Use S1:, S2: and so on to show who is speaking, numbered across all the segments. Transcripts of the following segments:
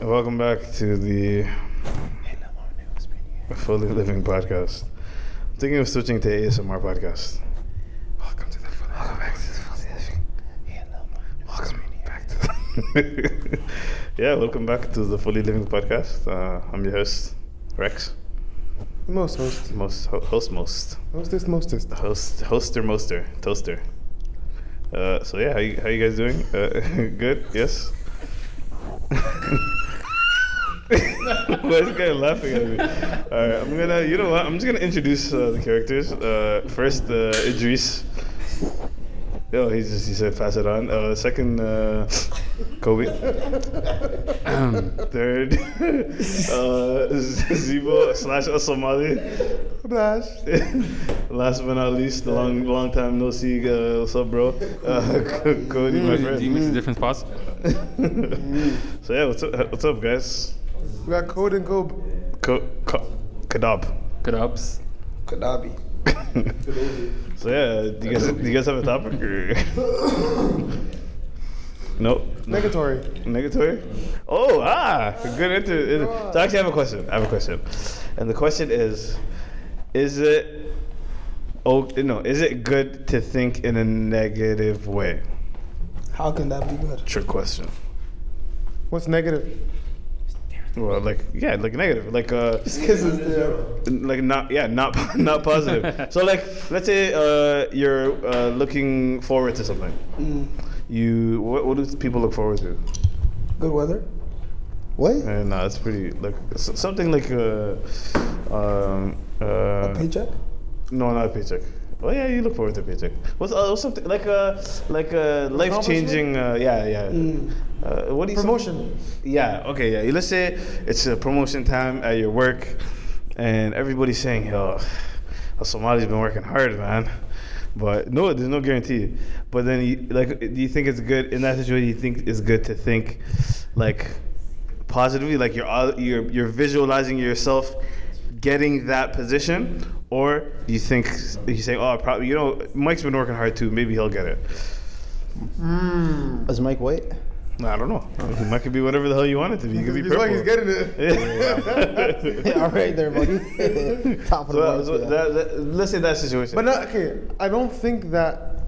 S1: Welcome back to the Fully Living Podcast. I'm thinking of switching to ASMR podcast. Welcome to the Fully Welcome back to the Fully Living. Welcome back to the Yeah, welcome back to the Fully Living Podcast. Uh, I'm your host, Rex.
S2: Most host.
S1: Most ho- host most.
S2: Mostest, mostest.
S1: Host hoster moster. Toaster. Uh, so yeah, how you, how you guys doing? Uh, good? Yes? Why is this guy laughing at me? All right, I'm gonna. You know what? I'm just gonna introduce uh, the characters. Uh, first, uh, Idris. Yo, he just he said pass it on. Uh, second, uh, Kobe. Third, uh, Zibo slash Asomali.
S2: Blash.
S1: Last but not least, the long long time no see. Uh, what's up, bro? Uh, Cody, my
S3: Do you- Do you miss the
S1: friend.
S3: different spots?
S1: so yeah, what's up? What's up, guys?
S2: We got Code and Gob.
S1: Co- co- Kadab.
S3: Kadabs.
S2: Kadabi.
S1: So yeah, do you guys do you guys have a topic or? nope.
S2: Negatory.
S1: Negatory? Oh ah, good inter. inter- so actually, I have a question. I have a question, and the question is, is it? Oh no, is it good to think in a negative way?
S4: How can that be good?
S1: Trick question.
S2: What's negative?
S1: Well, like yeah, like negative, like uh,
S2: Kisses there.
S1: like not yeah, not not positive. so like, let's say uh, you're uh, looking forward to something.
S4: Mm.
S1: You what, what do people look forward to?
S4: Good weather?
S2: What?
S1: Uh, no, it's pretty like s- something like a, um, uh,
S4: A paycheck?
S1: No, not a paycheck. Oh yeah, you look forward to a paycheck. What's uh, what's something like a like a life changing? Uh, yeah, yeah.
S4: Mm.
S1: Uh, what do you
S2: Promotion.
S1: Yeah. Okay. Yeah. Let's say it's a promotion time at your work, and everybody's saying, "Yo, a Somali's been working hard, man." But no, there's no guarantee. But then, you, like, do you think it's good in that situation? You think it's good to think, like, positively, like you're all- you're you're visualizing yourself getting that position, or do you think you say, "Oh, probably," you know, Mike's been working hard too. Maybe he'll get it.
S5: Is Mike white?
S1: I don't know. Mike could be whatever the hell you want it to be. You could be
S2: He's like
S1: purple.
S2: he's getting it.
S1: Yeah.
S5: All right, there, buddy. Top of
S1: So,
S5: the morning
S1: so
S5: to you.
S1: that, that, let's say that situation.
S2: But not okay. I don't think that.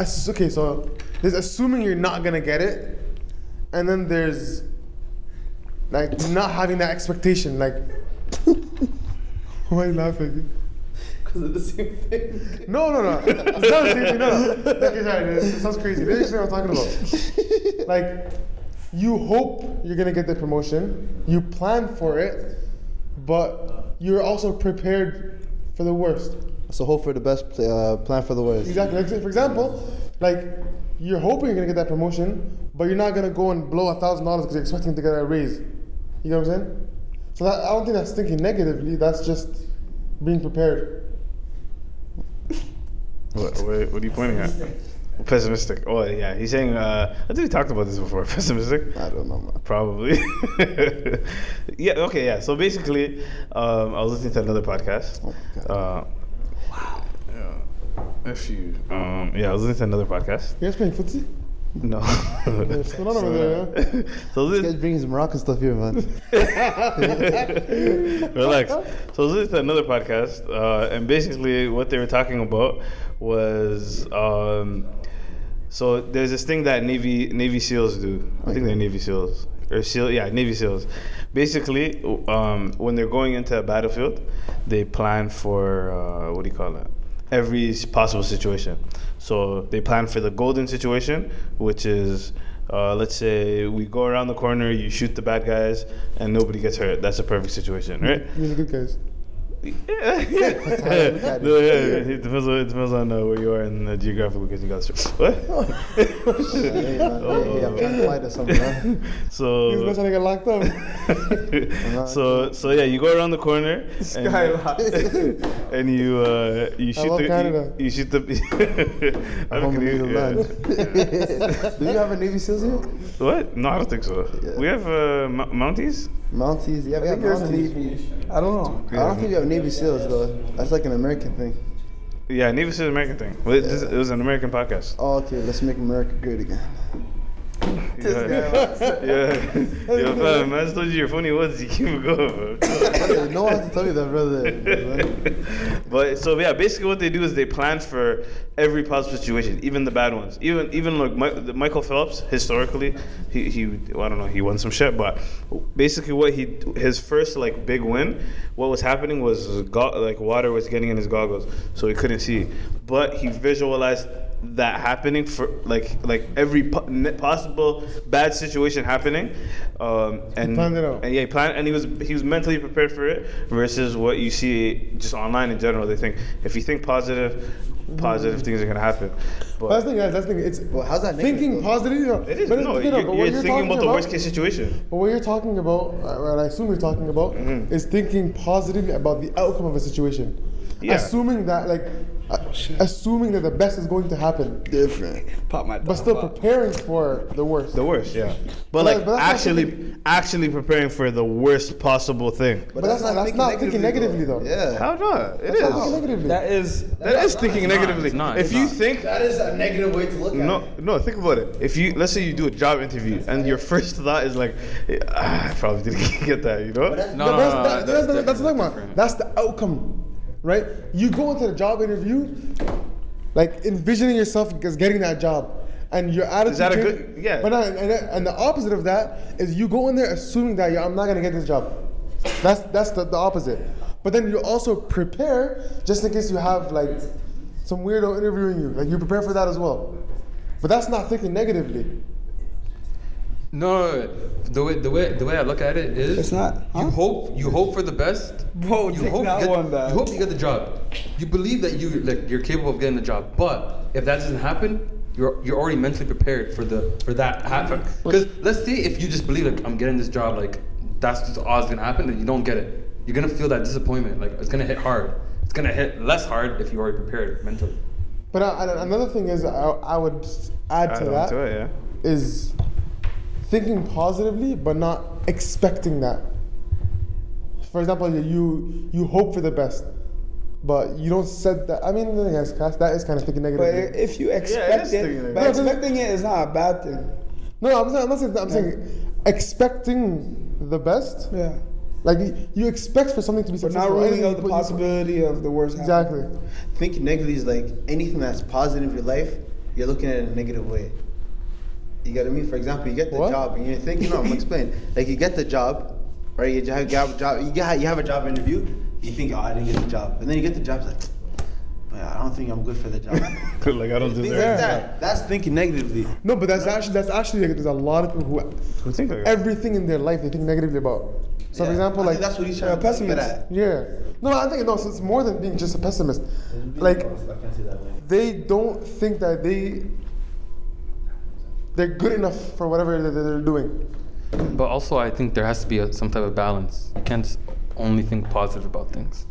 S2: ass- Okay, so there's assuming you're not gonna get it, and then there's like not having that expectation. Like, why are you laughing?
S4: Because of the same thing.
S2: No, no, no. It's not the same thing. No, no. Okay, sorry. It sounds crazy. This is what I'm talking about. Like, you hope you're gonna get the promotion. You plan for it, but you're also prepared for the worst.
S5: So hope for the best, pl- uh, plan for the worst.
S2: Exactly. Like, for example, like you're hoping you're gonna get that promotion, but you're not gonna go and blow a thousand dollars because you're expecting to get a raise. You know what I'm saying? So that, I don't think that's thinking negatively. That's just being prepared.
S1: what, what, what are you pointing at? Pessimistic. Oh yeah, he's saying. Uh, I think we talked about this before. Pessimistic.
S5: I don't know. man.
S1: Probably. yeah. Okay. Yeah. So basically, um, I was listening to another podcast.
S5: Oh my God.
S1: Uh, wow. Yeah. If you. Um, yeah, I was listening to another podcast.
S2: You guys playing footsie?
S1: No.
S2: What's going on over there? huh?
S1: so
S5: You guys
S1: this.
S5: bringing some Moroccan stuff here, man.
S1: Relax. So this is another podcast, uh, and basically what they were talking about was um, so there's this thing that Navy Navy SEALs do. I think they're Navy SEALs or SEAL, yeah, Navy SEALs. Basically, um, when they're going into a battlefield, they plan for uh, what do you call it? Every s- possible situation. So they plan for the golden situation, which is. Uh, let's say we go around the corner, you shoot the bad guys, and nobody gets hurt. That's a perfect situation, right?
S2: These are good guys.
S1: Yeah, yeah. No, yeah, yeah, It depends on, it depends on uh, where you are in the geographical location. Got what?
S5: Oh, hey, man. Hey, hey, I'm trying to fight us something, huh?
S2: He's not
S1: so.
S2: trying to get locked up.
S1: so so yeah, you go around the corner and, and you uh, you shoot
S2: love
S1: the
S2: Canada.
S1: You, you shoot the. I'm
S5: I'm on the
S1: kidding,
S5: middle
S1: yeah.
S5: line. Do you have a Navy SEALs here?
S1: What? No, I don't think so.
S5: Yeah.
S1: We have uh, Mou- Mounties.
S5: Mounties? Yeah, we have
S4: there's a
S5: Mounties.
S4: I don't know.
S5: I don't think we have Navy SEALs though. That's like an American thing.
S1: Yeah, Navy is an American thing. Well, it- this- it was an American podcast.
S5: Oh, okay, let's make America great again.
S1: Yeah, yeah. Yo, fam, man told you you're funny once, you keep it going, bro.
S5: Hey, no one has to tell you that, brother.
S1: but so yeah, basically what they do is they plan for every possible situation, even the bad ones. Even even like Mi- the Michael Phelps, historically, he, he well, I don't know he won some shit, but basically what he his first like big win, what was happening was go- like water was getting in his goggles, so he couldn't see, but he visualized that happening for like like every po- n- possible bad situation happening um and
S2: planned it out.
S1: and yeah, he planned, and he was he was mentally prepared for it versus what you see just online in general. They think if you think positive, positive things are gonna happen.
S2: That's
S1: But
S2: the thing, guys. That's the thing. It's
S5: Well, how's that negative,
S2: thinking
S5: though?
S2: positive. You know,
S1: it is
S2: but
S1: no, you're,
S2: it's- you know, but what
S1: you're
S2: you're
S1: thinking
S2: talking
S1: about the worst case situation.
S2: But what you're talking about, uh, what I assume you're talking about, is thinking positively about the outcome of a situation.
S1: Yeah.
S2: Assuming that, like, uh, assuming that the best is going to happen,
S5: Different.
S4: Pop my
S2: but still preparing for the worst.
S1: The worst, yeah. But
S2: But-
S1: like
S2: but that's not
S1: actually,
S2: thinking-
S1: actually preparing for the worst possible thing.
S2: But that's not- that's not thinking negatively, though.
S5: Yeah.
S1: How not? It
S2: That's
S1: is.
S2: negatively.
S4: That is.
S1: That is thinking
S6: not,
S1: negatively.
S6: it's not,
S1: If
S6: it's
S1: you
S6: not.
S1: think
S5: That is a negative way to look at
S1: No, no. Think about it. If you let's say you do a job interview and your first thought is like, ah, I probably didn't get that, you know?
S6: No, no,
S2: that's,
S6: no, no,
S2: that- that's, that's,
S6: that's
S2: what I'm
S6: different,
S2: talking about.
S6: different.
S2: That's the outcome, right? You go into the job interview, like envisioning yourself as getting that job, and your attitude.
S1: that a
S2: change-
S1: good- yeah.
S2: But not, and, and the opposite of that is you go in there assuming that yeah, I'm not gonna get this job. That's that's the, the opposite. But then you also prepare just in case you have like some weirdo interviewing you. Like you prepare for that as well. But that's not thinking negatively.
S6: No, no, no. the way the way the way I look at it is
S4: It's not, huh?
S6: You hope you hope for the best.
S4: Bro,
S6: you
S4: take
S6: hope
S4: that
S6: you get,
S4: one back.
S6: You hope you get the job. You believe that you like you're capable of getting the job. But if that doesn't happen, you're you're already mentally prepared for the for that happen. Because let's say if you just believe like I'm getting this job, like that's just odds gonna happen, then you don't get it. You're gonna feel that disappointment. Like it's gonna hit hard. It's gonna hit less hard if you already prepared mentally.
S2: But uh, and another thing is I, I would add
S1: I
S2: to
S1: don't
S2: that.
S1: do it,
S2: is thinking positively but not expecting that. For example, you you hope for the best, but you don't set that. I mean, I guess that's- that is kind of thinking
S4: But
S2: negatively.
S4: if you expect
S1: thinking
S4: it,
S1: negative.
S4: but expecting it is not a bad thing.
S2: no, I'm not, I'm not saying that. I'm saying expecting the best.
S4: Yeah.
S2: Like you expect for something to be
S4: But not
S2: successful.
S4: ruling
S2: anything
S4: out
S2: you
S4: the
S2: put- you put-
S4: possibility of the worst. happening.
S2: Exactly.
S5: Thinking negatively is like anything that's positive in your life, you're looking at it in a negative way. You got what I mean? For example, you get the
S2: What?
S5: job and you're thinking, no, I'm gonna explain. Like you get the job, right? You have, you have a job, you, get, you have a job interview, you think, oh, I didn't get the job. And then you get the job, it's like, but I don't think I'm good for the job. Things
S1: yeah. like I don't
S5: like
S1: deserve.
S5: that. That's thinking negatively.
S2: No, but that's actually that's actually like, there's a lot of people who
S1: Who think like that?
S2: everything in their life they think negatively about. So
S5: Yeah,
S2: for example,
S5: I
S2: like
S5: think that's what he's trying
S4: a
S5: to get
S4: pessimist.
S5: at.
S2: Yeah. No, I think no. So it's more than being just a pessimist. Like they don't think that they they're good enough for whatever that they're doing.
S6: But also, I think there has to be a, some type of balance. You can't just only think positive about things.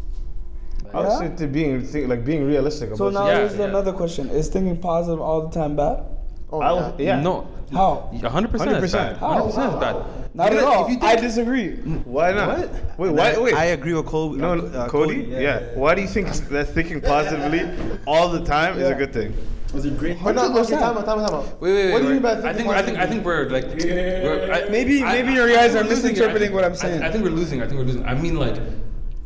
S1: Obviously, to being think, like being realistic about.
S4: So now
S6: Yeah,
S4: here's
S6: yeah.
S4: another question: Is thinking positive all the time bad?
S2: Oh,
S1: I
S2: yeah.
S1: was, yeah.
S6: No.
S4: How?
S6: 100 percent is
S1: 100%.
S6: bad.
S1: How?
S6: 100 percent is bad.
S4: Not
S6: If
S4: at
S6: you
S4: all.
S6: think-
S4: I disagree.
S1: Why not? Wait, why? Wait.
S5: I agree with uh, Cole.
S1: no, no, Uh, Cody. yeah, Why do you think that thinking positively all the time is a
S4: Yeah.
S1: good thing?
S5: Was it great?
S2: But no, okay,
S4: 100%.
S2: time out, time out, time out.
S6: Wait, wait, wait.
S2: What do you
S6: wait.
S2: mean by
S6: I
S2: thinking
S6: think I think I think we're like we're- I-
S4: Maybe-
S6: I-
S4: maybe
S6: I-
S4: your
S6: I
S4: guys
S6: think
S4: are
S6: we're losing it. I
S4: misinterpreting
S6: think-
S4: what I'm
S6: I-
S4: saying.
S6: I, think we're losing. I think we're losing. I mean, like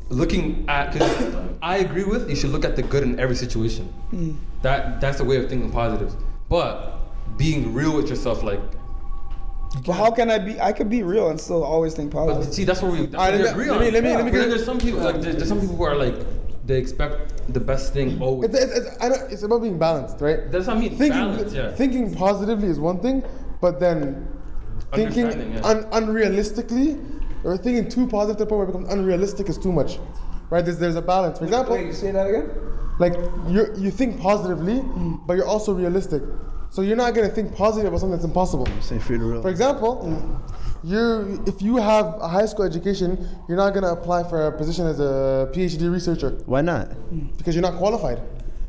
S6: looking at because I agree with you should look at the good in every situation.
S2: Hmm.
S6: That that's the way of thinking positives. But being real with yourself, like,
S4: But how can I be? I could be real and still always think
S6: but
S4: positive.
S6: see, that's where we that's
S2: Alright,
S6: where
S2: let me-
S6: we agree
S2: let me-
S6: on.
S2: let me- let me
S6: Because
S2: get-
S6: there's some people like there- there's some people who are like they expect the best thing always.
S2: It's, it's, it's, I don't, it's about being balanced, right?
S6: That's what I mean.
S2: Thinking,
S6: balance, yeah.
S2: thinking positively is one thing, but then thinking
S6: Understanding, yeah.
S2: un- unrealistically or thinking too positive to the point where it becomes unrealistic is too much, right? There's, there's a balance. For example,
S4: Wait, say that again.
S2: Like you you think positively,
S5: Hmm.
S2: but you're also realistic. So you're not gonna think positive about something that's impossible.
S5: Saying free to real.
S2: For example, you if you have a high school education, you're not gonna apply for a position as a PhD researcher Hmm.
S5: Why not?
S2: because you're not qualified.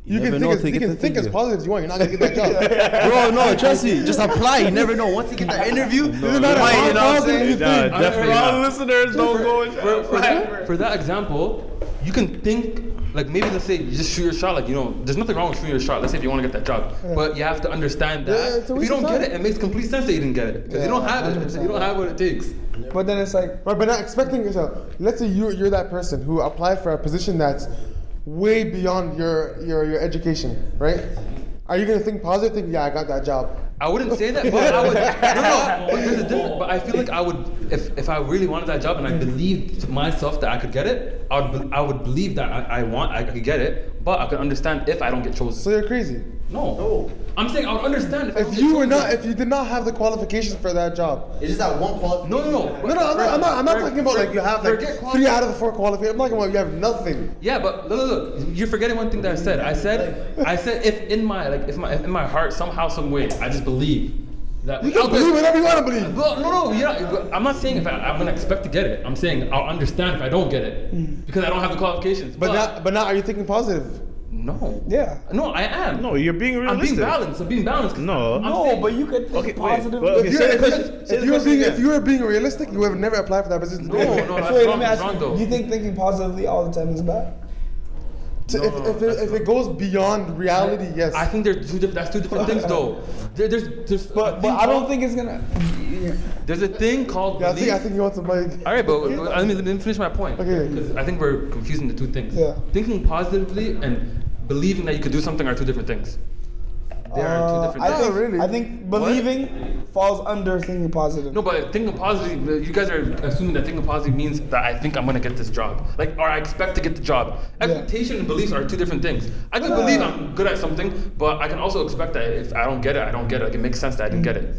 S2: You,
S5: never
S2: can
S5: know
S2: think, as,
S5: till you
S2: you
S5: get
S2: can
S5: to
S2: think as
S5: interview.
S2: positive as you want. You're not gonna get that job.
S5: Bro, no, trust me. Just apply. You never know. Once you get that interview, you
S2: matter
S5: might,
S2: how
S5: you know what I'm
S2: positive
S5: saying?
S2: you
S1: Nah,
S2: think.
S1: definitely
S6: not.
S1: listeners don't go in.
S6: for, for that example, you can think like maybe let's say you just shoot your shot like you know there's nothing wrong with shooting your shot let's say if you want to get that job but you have to understand that
S2: Yeah, it's a
S6: if you
S2: waste of
S6: don't get
S2: time.
S6: it it makes complete sense that you didn't get it because you don't have it you don't have what it takes
S4: But then it's like,
S2: Right, but not expecting yourself. Let's say you you're that person who applied for a position that's way beyond your your, your education, right? Are you gonna think positive? Think, yeah, I got that job.
S6: I wouldn't say that, but I would. No, no, but there's a difference. But I feel like I would, if, if I really wanted that job and I believed to myself that I could get it, I would, be- I would believe that I, I want, I could get it, but I could understand if I don't get
S2: So
S6: chosen.
S2: you're crazy.
S6: No. I'm saying I would understand if, I don't
S2: If
S6: get
S2: you were
S6: chosen.
S2: not, if you did not have the qualifications for that job.
S5: It's just that one qualification.
S6: No, no, no.
S2: No, no, I'm not, I'm not, I'm not talking about like you have like
S6: Forget qualifications.
S2: three out of the four qualifications. I'm talking about you have nothing.
S6: Yeah, but look, look, look, you're forgetting one thing that I said. I said, I said, if in my like, if my if in my heart somehow, some way, I just believe that.
S2: You can
S6: I'll be-
S2: believe whatever you want to believe.
S6: Well, no, no, yeah. but I'm not saying if I, I'm gonna expect to get it. I'm saying I'll understand if I don't get
S4: Mm.
S6: it because I don't have the qualifications.
S2: But now, but now, are you thinking positive?
S6: no,
S4: yeah.
S6: no, I am.
S1: No, you're being
S6: I'm being
S1: realistic.
S6: balanced. I'm being balanced. 'cause
S1: No.
S6: I'm
S4: no,
S6: saying-
S4: but you could think
S1: Okay, wait,
S4: positive.
S1: but- okay,
S2: If you,
S1: Say the
S2: if, you,
S1: question- say
S2: if
S1: the
S2: you were
S1: question
S2: being
S1: again.
S2: if you were being realistic, you would have never applied for that position.
S6: No, no,
S2: today.
S6: that's
S4: Wait, let
S6: wrong.
S4: me
S6: That's
S4: ask
S6: wrong though.
S4: you. You think thinking positively all the time is bad?
S2: So if, if, it, if it goes beyond reality, yes.
S6: I think there's two different. That's two different things though. There, there's there's.
S4: But, but I don't think it's gonna.
S6: there's a thing called.
S2: yeah, I think I
S6: belief.
S2: think you want somebody.
S6: All right, but but let me, let me finish my point.
S2: Okay.
S6: Because I think we're confusing the two things.
S4: Yeah.
S6: Thinking positively and believing that you could do something are two different things. They
S4: Uh,
S6: are two different
S4: I
S6: things.
S4: think,
S2: No, really.
S4: I think believing falls under thinking positive.
S6: No, but thinking positive, you guys are assuming that thinking positive means that I think I'm gonna get this job. Like, or I expect to get the job. Expectation and beliefs are two different things. I can believe I'm good at something, but I can also expect that if I don't get it, I don't get it. Like, it makes sense that I didn't get it.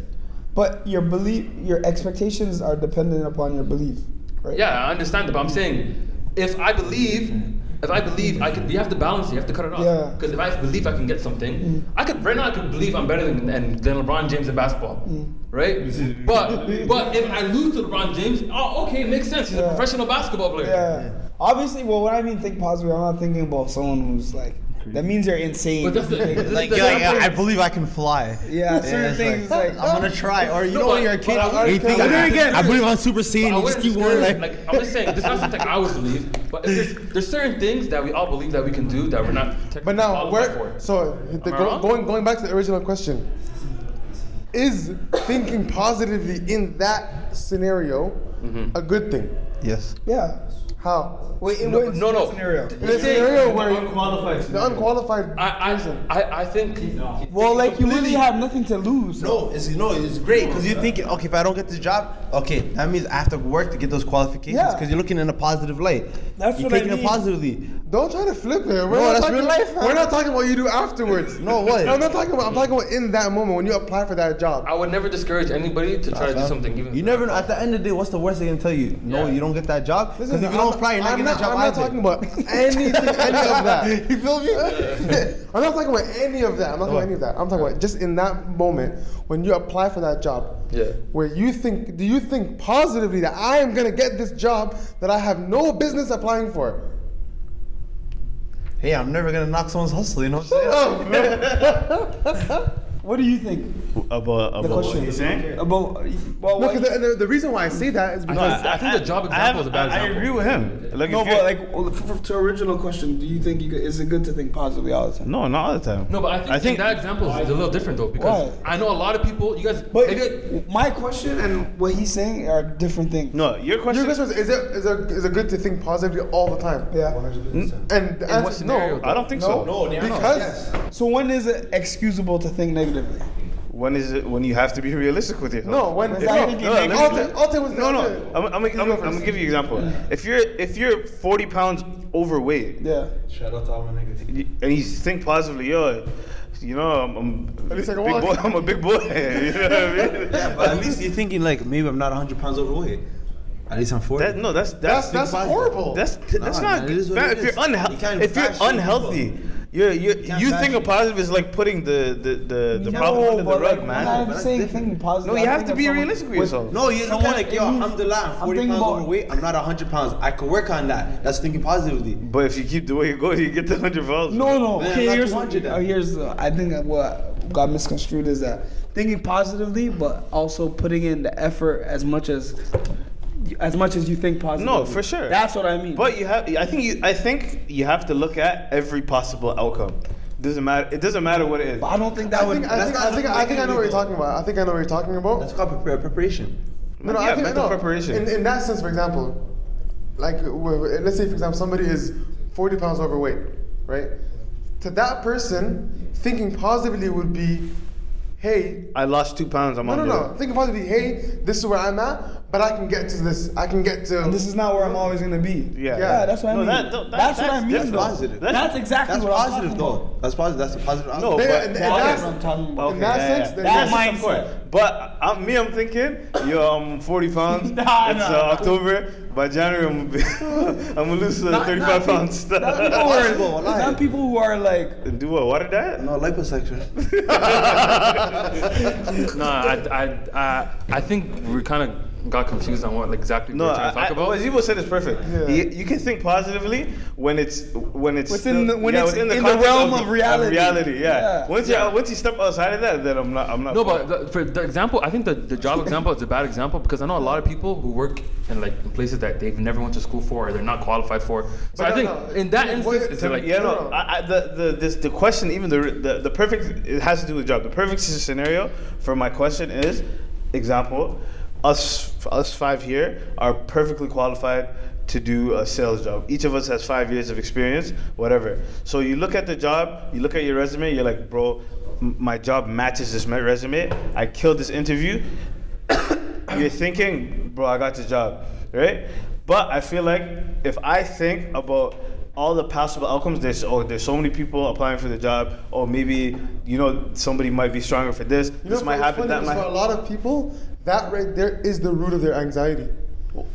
S4: But your belief, your expectations are dependent upon your belief, right?
S6: Yeah, I understand that, but I'm saying if I believe, if I believe I could, you have to balance it. You have to cut it off.
S4: Yeah.
S6: Because if I believe I can get something, I could right now I could believe I'm better than than, than LeBron James in basketball, right? but but if I lose to LeBron James, oh okay, it makes sense. He's a
S4: Yeah.
S6: professional basketball player.
S4: Yeah. Obviously, well, when I mean think positive, I'm not thinking about someone who's like. That means you're insane.
S6: But that's the this is
S5: Like,
S6: the-
S5: you're like, I I believe I can fly.
S4: yeah, certain
S5: it's
S4: things
S5: like,
S4: like,
S5: I'm gonna try. Or you
S6: No,
S5: know,
S6: but-
S5: when you're a kid,
S6: but I-
S5: you think
S6: I-
S5: I,
S6: again,
S5: I believe I'm super saiyan.
S6: I
S5: You just
S6: wouldn't
S5: keep going
S6: discourage-
S5: like,
S6: like I'm just saying, there's not something I would believe, but if there's, there's certain things that we all believe that we can do that we're not.
S2: But now,
S6: qualified
S2: where?
S6: for.
S2: So the,
S6: Am I
S2: go,
S6: wrong?
S2: going going back to the original question, is thinking positively in that scenario
S6: Mm-hmm.
S2: a good thing?
S5: yes.
S4: yeah.
S2: How?
S4: Wait, in
S6: No,
S4: what
S6: no, no.
S4: scenario?
S2: In a
S6: Say-
S2: scenario where the unqualified.
S6: I I I, I think.
S4: Well, like you really have nothing to lose.
S5: No, it's no, it's great because you think, okay, if I don't get this job, okay, that means I have to work to get those qualifications
S4: Yeah.
S5: because you're looking in a positive light.
S4: That's
S5: you're
S4: what I
S5: taking
S4: mean.
S5: it positively.
S2: Don't try to flip it. We're
S5: No,
S2: not
S5: that's
S2: talking,
S5: real life,
S2: We're not talking what you do afterwards.
S5: No, what?
S2: I'm not talking about. I'm talking about in that moment when you apply for that job.
S6: I would never discourage anybody to try to do
S5: Fam.
S6: something. Even
S5: You never know. At the end of the day, what's the worst they can tell you? No,
S6: Yeah.
S5: you don't get that job. Because if you
S2: I'm
S5: don't
S2: not-
S5: apply, you're not
S2: I'm
S5: getting that job.
S2: I'm not
S5: either.
S2: talking about anything, any of that.
S5: you feel me?
S2: I'm not talking about any of that. I'm not talking about any of that. I'm talking about just in that moment when you apply for that job.
S6: Yeah.
S2: Where you think, do you think positively that I am gonna get this job that I have no business applying for?
S5: hey, I'm never gonna knock someone's hustle. You know what I'm saying?
S4: What do you think
S1: About, about what
S4: question.
S1: you're saying?
S4: about? Well,
S2: No,
S4: what,
S2: 'cause the, the, the reason why I say that is
S6: I,
S2: because
S6: I think the job
S1: I
S6: example
S1: have-
S6: is a bad
S1: I-
S6: example.
S1: I agree with him. Like,
S4: no,
S1: if you're-
S4: but like well, f- f- to original question, do you think you could, is it good to think positively all the time?
S1: no, not all the time.
S6: No, but I think,
S1: I think
S6: that example is a little different though because
S4: Why?
S6: I know a lot of people. You guys,
S4: But
S6: maybe-
S4: my question and what he's saying are different things.
S1: No, your question.
S2: your question is, is it is it is it good to think positively all the time?
S4: Yeah.
S2: And the
S6: In what
S2: answer is
S6: scenario,
S2: no,
S6: though?
S1: I don't think so. No,
S2: because
S4: So when is it excusable to think negatively?
S1: When is it when you have to be realistic with yourself?
S2: no, when
S4: Was
S2: no,
S4: I
S2: no,
S4: thinking
S1: no,
S4: negative?
S1: let me-
S2: Alton- Alton was
S1: no, no.
S2: Alton-
S1: I'm, I'm, I'm, I'm, gonna give you an example. If you're if you're 40 pounds overweight
S4: Yeah.
S1: y- and you think positively, yo, you know, I'm, I'm, a
S2: least I
S1: big
S2: can walk.
S1: boy, I'm a big boy. you know what I mean?
S5: Yeah, but at least you're thinking like maybe I'm not 100 pounds overweight. At least I'm 40.
S1: That no, that's
S2: that's
S1: that's
S2: that's
S5: positive.
S2: horrible.
S1: that's that's
S5: Nah,
S1: not.
S5: man, it is what
S1: fam, if
S5: it
S1: you're
S5: is. You
S1: unhealthy,
S5: can't
S1: if you're
S5: bash people.
S1: unhealthy, you're, you're you
S5: can't bash
S1: think of
S5: people.
S1: positive is like putting the the the, the problem under the rug, man.
S4: I'm
S5: But that's
S4: saying
S5: different.
S4: thinking positive.
S1: No, you
S4: I
S1: have
S4: think
S1: to
S4: of
S1: be
S4: someone
S1: realistic with
S4: with-
S1: yourself.
S5: No, you know
S4: Sometimes
S5: what? Like,
S4: it
S5: yo,
S4: means-
S5: alhamdulillah, I'm 40
S4: thinking
S5: pounds
S4: about-
S5: overweight. I'm not 100 pounds. I could work on that. That's thinking positively.
S1: But if you keep the way you go, you get the hundred pounds.
S4: No, no.
S5: Then
S4: Okay,
S5: not
S4: here's,
S5: 200 then.
S4: uh, here's uh, I think that what got misconstrued is that thinking positively, but also putting in the effort as much as as much as you think positive.
S1: No, for sure.
S4: That's what I mean.
S1: But you have, I think, you, I think you have to look at every possible outcome. Doesn't matter. It doesn't matter what it is.
S4: But I don't think that
S2: I
S4: would.
S2: think I think I think I think I know what you're talking about. I think I know what you're talking about.
S5: That's called prepare, preparation.
S2: No, no,
S1: Yeah,
S2: I think,
S1: mental
S2: no.
S1: preparation.
S2: In, in that sense, for example, like w- w- let's say, for example, somebody is 40 pounds overweight, right? To that person, thinking positively would be, hey,
S1: I lost two pounds. I'm
S2: no, no,
S1: on
S2: no. Thinking positively, hey, this is where I'm at, but I can get to this. I can get to.
S4: And this is not where I'm always gonna be.
S1: Yeah.
S4: Yeah, that's what I
S1: No,
S4: mean.
S1: that- no, that-
S4: that's, what I
S1: that's
S4: mean.
S1: different.
S4: though.
S5: Positive.
S4: That's, exactly
S5: That's
S4: what I'm
S5: positive,
S4: talking about.
S5: though. That's positive. That's a positive answer.
S1: No,
S2: There-
S1: but-
S2: and- and
S1: Okay,
S2: that's-
S4: what I'm talking about.
S2: In that
S1: yeah,
S2: sense,
S1: yeah.
S2: then
S4: That
S2: yes,
S4: might-
S2: of course.
S4: mindset.
S1: But I'm, me, I'm thinking, yo, I'm 40 pounds.
S4: Nah,
S1: it's
S4: nah,
S1: uh,
S4: nah.
S1: October. By January, I'm gonna, be, I'm gonna lose uh,
S4: Not-
S1: 35
S4: not
S1: pounds.
S4: peop- Not people, who
S5: Possible,
S4: are,
S5: wallahi.
S4: not people who are like,
S1: Do what? Water diet?
S5: No, liposuction.
S6: no, I, I, I, I think we kind of got confused on what exactly
S1: No,
S6: we were trying to
S1: I,
S6: talk
S1: I,
S6: about.
S1: what Zibo said is perfect. You, you can think positively when it's when it's
S4: Within
S1: still-
S4: the- when it's in the
S1: context
S4: realm of reality.
S1: reality, yeah.
S4: Yeah.
S1: Once you once you step outside of that, then I'm not I'm not.
S6: No, but the, for the example, I think the, the job example is a bad example because I know a lot of people who work in like in places that they've never went to school for or they're not qualified for. So I
S2: no,
S6: think
S2: no,
S6: in that
S2: what-
S6: instance, it's
S2: to-
S6: like
S1: yeah,
S2: No,
S1: no.
S2: no.
S1: I, I, the the this the question even the, the the perfect it has to do with job. The perfect scenario for my question is example, us us five here are perfectly qualified to do a sales job. Each of us has five years of experience, whatever. So you look at the job, you look at your resume, you're like, bro, m- my job matches this my resume. I killed this interview. you're thinking, bro, I got the job, right? But I feel like if I think about all the possible outcomes, there's oh, there's so many people applying for the job, or maybe you know somebody might be stronger for this.
S2: You know,
S1: this
S2: for-
S1: might
S2: it's
S1: happen.
S2: funny,
S1: That
S2: is
S1: might
S2: For a lot of people, that right there is the root of their anxiety.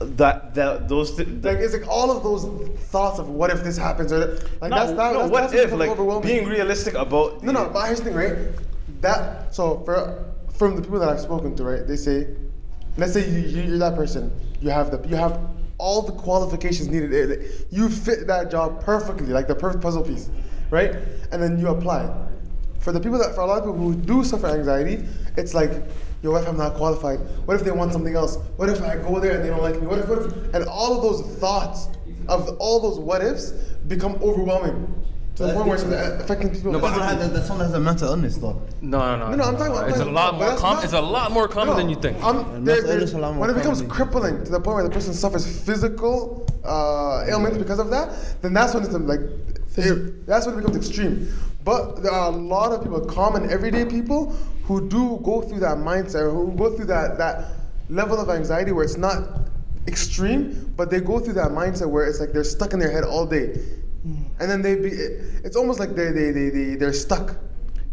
S1: that that those th-
S2: Like it's like all of those thoughts of what if this happens or like
S1: No,
S2: that's that,
S1: no,
S2: that's,
S1: what
S2: that's
S1: if
S2: becomes
S1: like
S2: overwhelming.
S1: being realistic about
S2: No, no. But here's the thing, right? That so for from the people that I've spoken to, right? They say, let's say you, you you're that person. You have the you have all the qualifications needed. eh, like, You fit that job perfectly, like the perfect puzzle piece, right? And then you apply. For the people that for a lot of people who do suffer anxiety, it's like. Yo, what if I'm not qualified? What if they want something else? What if I go there and they don't like me? What if, what if? And all of those thoughts of all those what ifs become overwhelming to the point where it's uh, affecting people.
S6: No, but
S2: physically.
S6: I-
S5: That's someone has a mental illness, though.
S6: no, no, no.
S2: No, no, I'm talking about.
S6: It's a
S2: but-
S6: lot
S2: but
S6: more
S2: that's
S6: com-
S2: not-
S6: It's a lot more common
S2: No,
S6: than you think.
S2: I'm,
S5: And
S2: there,
S5: that's
S2: there's,
S5: a lot more
S2: when it becomes
S5: common.
S2: crippling to the point where the person suffers physical uh, ailments because of that, then that's when it's um, like, it- that's when it becomes extreme. But there are a lot of people, common everyday people, who do go through that mindset, who go through that that level of anxiety where it's not extreme, but they go through that mindset where it's like they're stuck in their head all day,
S5: Hmm.
S2: and then they be. It's almost like they they they they they're stuck.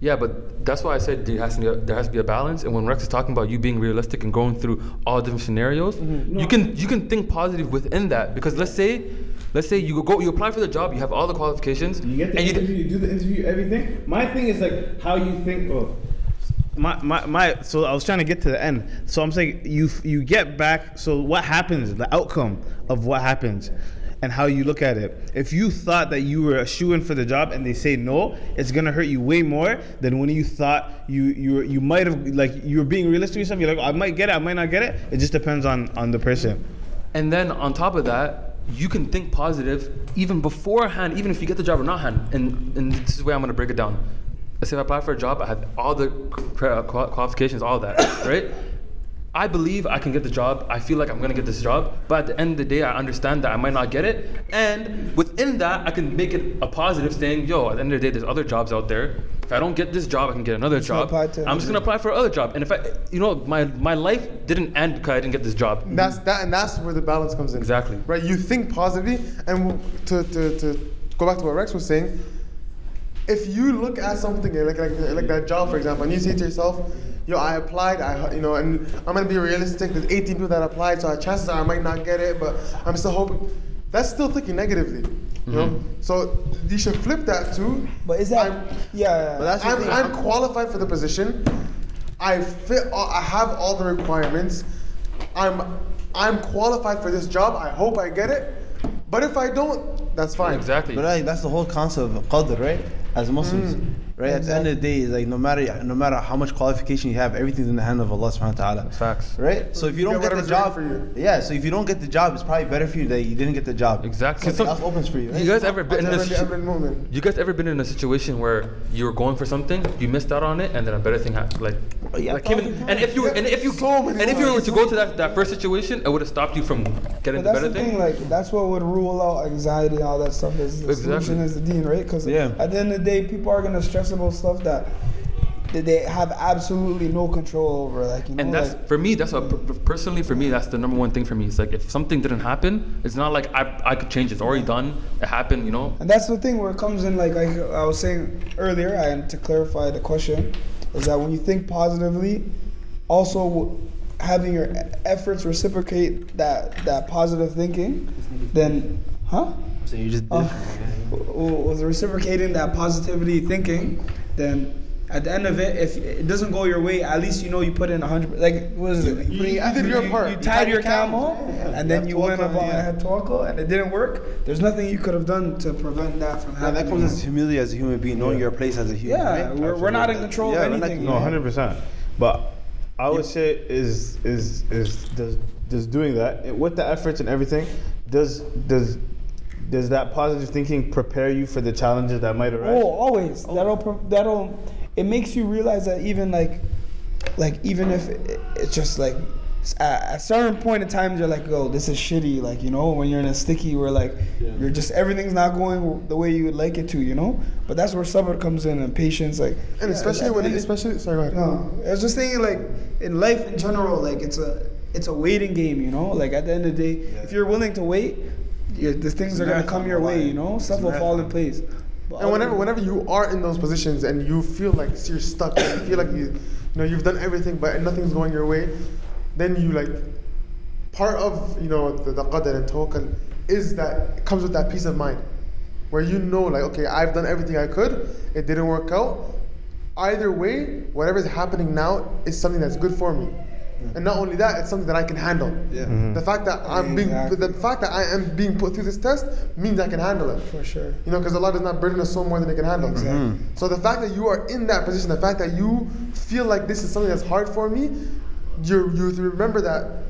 S6: Yeah, but that's why I said there has to be a, there has to be a balance. And when Rex is talking about you being realistic and going through all different scenarios,
S1: Mm-hmm.
S6: you can you can think positive within that because let's say let's say you go you apply for the job, you have all the qualifications,
S1: You get the
S6: and
S1: interview, you do the interview, everything. My thing is like how you think. Oh, my, my, my. So I was trying to get to the end. So I'm saying you you get back. So what happens? The outcome of what happens, and how you look at it. If you thought that you were a shoe in for the job and they say no, it's gonna hurt you way more than when you thought you you were- you might have like you were being realistic with yourself. You're like "Oh, I might get it, I might not get it. It just depends on on the person.
S6: And then on top of that, you can think positive even beforehand, even if you get the job or not. Hand. And, and this is the way I'm going to break it down. Let's say if I apply for a job, I have all the qua- qua- qualifications, all that, right? I believe I can get the job. I feel like I'm going to get this job. But at the end of the day, I understand that I might not get it. And within that, I can make it a positive saying, yo, at the end of the day, there's other jobs out there. If I don't get this job, I can get another
S4: gonna
S6: job.
S4: apply to-
S6: I'm just going to apply for another job. And if I, you know, my, my life didn't end because I didn't get this job.
S2: That's that, and that's where the balance comes in.
S6: Exactly.
S2: Right. You think positively, and to, to, to go back to what Rex was saying, if you look at something like like like that job, for example, and you say to yourself, "Yo, I applied. I you know, and I'm gonna be realistic. There's 18 people that applied, so chances are I might not get it, but I'm still hoping." That's still thinking negatively. You know. So you should flip that to.
S4: But is that?
S2: I'm-
S4: yeah.
S5: But that's the
S2: I'm,
S5: thing.
S2: I'm qualified for the position. I fit. All, I have all the requirements. I'm I'm qualified for this job. I hope I get it. But if I don't, that's fine.
S6: Exactly.
S5: But like, that's the whole concept of qadr, right? As Muslims, Right? At the end of the day, it's like no matter no matter how much qualification you have, everything's in the hand of Allah subhanahu wa ta'ala.
S6: Facts.
S5: Right? So if you
S2: Yeah,
S5: don't get the
S2: whatever's
S5: job
S2: right for
S5: Yeah, so if you don't get the job, it's probably better for you that you didn't get the job.
S6: Exactly.
S5: Something else opens for you, right?
S6: You guys ever been in
S2: I've
S6: this?
S2: been- I've been moving.
S6: You guys ever been in a situation where you were going for something, you missed out on it, and then a better thing happened? Like,
S4: Oh,
S5: yeah,
S6: like came in- and if you and if you
S2: So many
S6: and if you were
S2: times.
S6: to go to that, that first situation, it would have stopped you from getting
S4: But
S6: the
S4: that's
S6: better
S4: the thing, like that's what would rule out anxiety and all that stuff. Is the
S6: Exactly.
S4: solution is the dean, right? Because
S5: Yeah.
S4: at the end of the day, people are gonna stress about stuff that that they have absolutely no control over. Like you know,
S6: and that's
S4: like,
S6: for me. That's a per- personally for me. That's the number one thing for me. It's like if something didn't happen, it's not like I I could change. it. It's already done. It happened. You know.
S4: And that's the thing where it comes in, like I, I was saying earlier, and to clarify the question, is that when you think positively, also w- having your e- efforts reciprocate that that positive thinking, then, huh?
S5: So you just
S4: Oh. w- w- was reciprocating that positivity thinking, then at the end of it, if it doesn't go your way, at least you know you put in 100. Like, what is it?
S2: you- you did your part.
S4: You
S2: You
S4: tied your camel,
S2: camel.
S4: and then
S5: You
S4: you
S5: have
S4: went
S5: tawakkul,
S4: about and
S5: yeah.
S4: had tawakkul, and it didn't work. There's nothing you could have done to prevent that from
S5: Yeah, that
S4: happening.
S5: comes as humility as a human being, knowing your place as a human.
S4: Yeah,
S5: right?
S4: we're, we're not in control
S5: Yeah,
S4: of
S5: we're not-
S4: anything.
S5: no,
S1: No,
S4: man.
S1: hundred percent. But I would say is is is does does doing that it- with the efforts and everything does does does that positive thinking prepare you for the challenges that might arise?
S4: Oh, always. That'll pro- that'll it makes you realize that even like like even if it, it's just like s- at a certain point in time you're like, oh, this is shitty. Like you know when you're in a sticky where like you're just everything's not going the way you would like it to. You know, but that's where sabr comes in and patience. Like
S2: And
S4: Yeah,
S2: especially
S4: at
S2: when,
S4: the end-
S2: especially, sorry, go ahead.
S4: No, um, I was just thinking like in life in general, like it's a it's a waiting game, you know. Like at the end of the day, if you're willing to wait, you the things are gonna come your way, you know. Stuff will fall in place. But
S2: And whenever,
S4: other-
S2: whenever you are in those positions and you feel like you're stuck, and you feel like you, you know, you've done everything but nothing's going your way, then you like part of you know the, the qadr and tawakkul is that it comes with that peace of mind, where you know like okay, I've done everything I could, it didn't work out. Either way, whatever's happening now is something that's good for me. And not only that, it's something that I can handle.
S5: Yeah.
S4: Mm-hmm.
S2: The fact that I'm
S4: Exactly.
S2: being, the fact that I am being put through this test means I can handle it.
S4: for sure.
S2: You know, because Allah does not burden us so more than they can handle. So the fact that you are in that position, the fact that you feel like this is something that's hard for me, you you remember that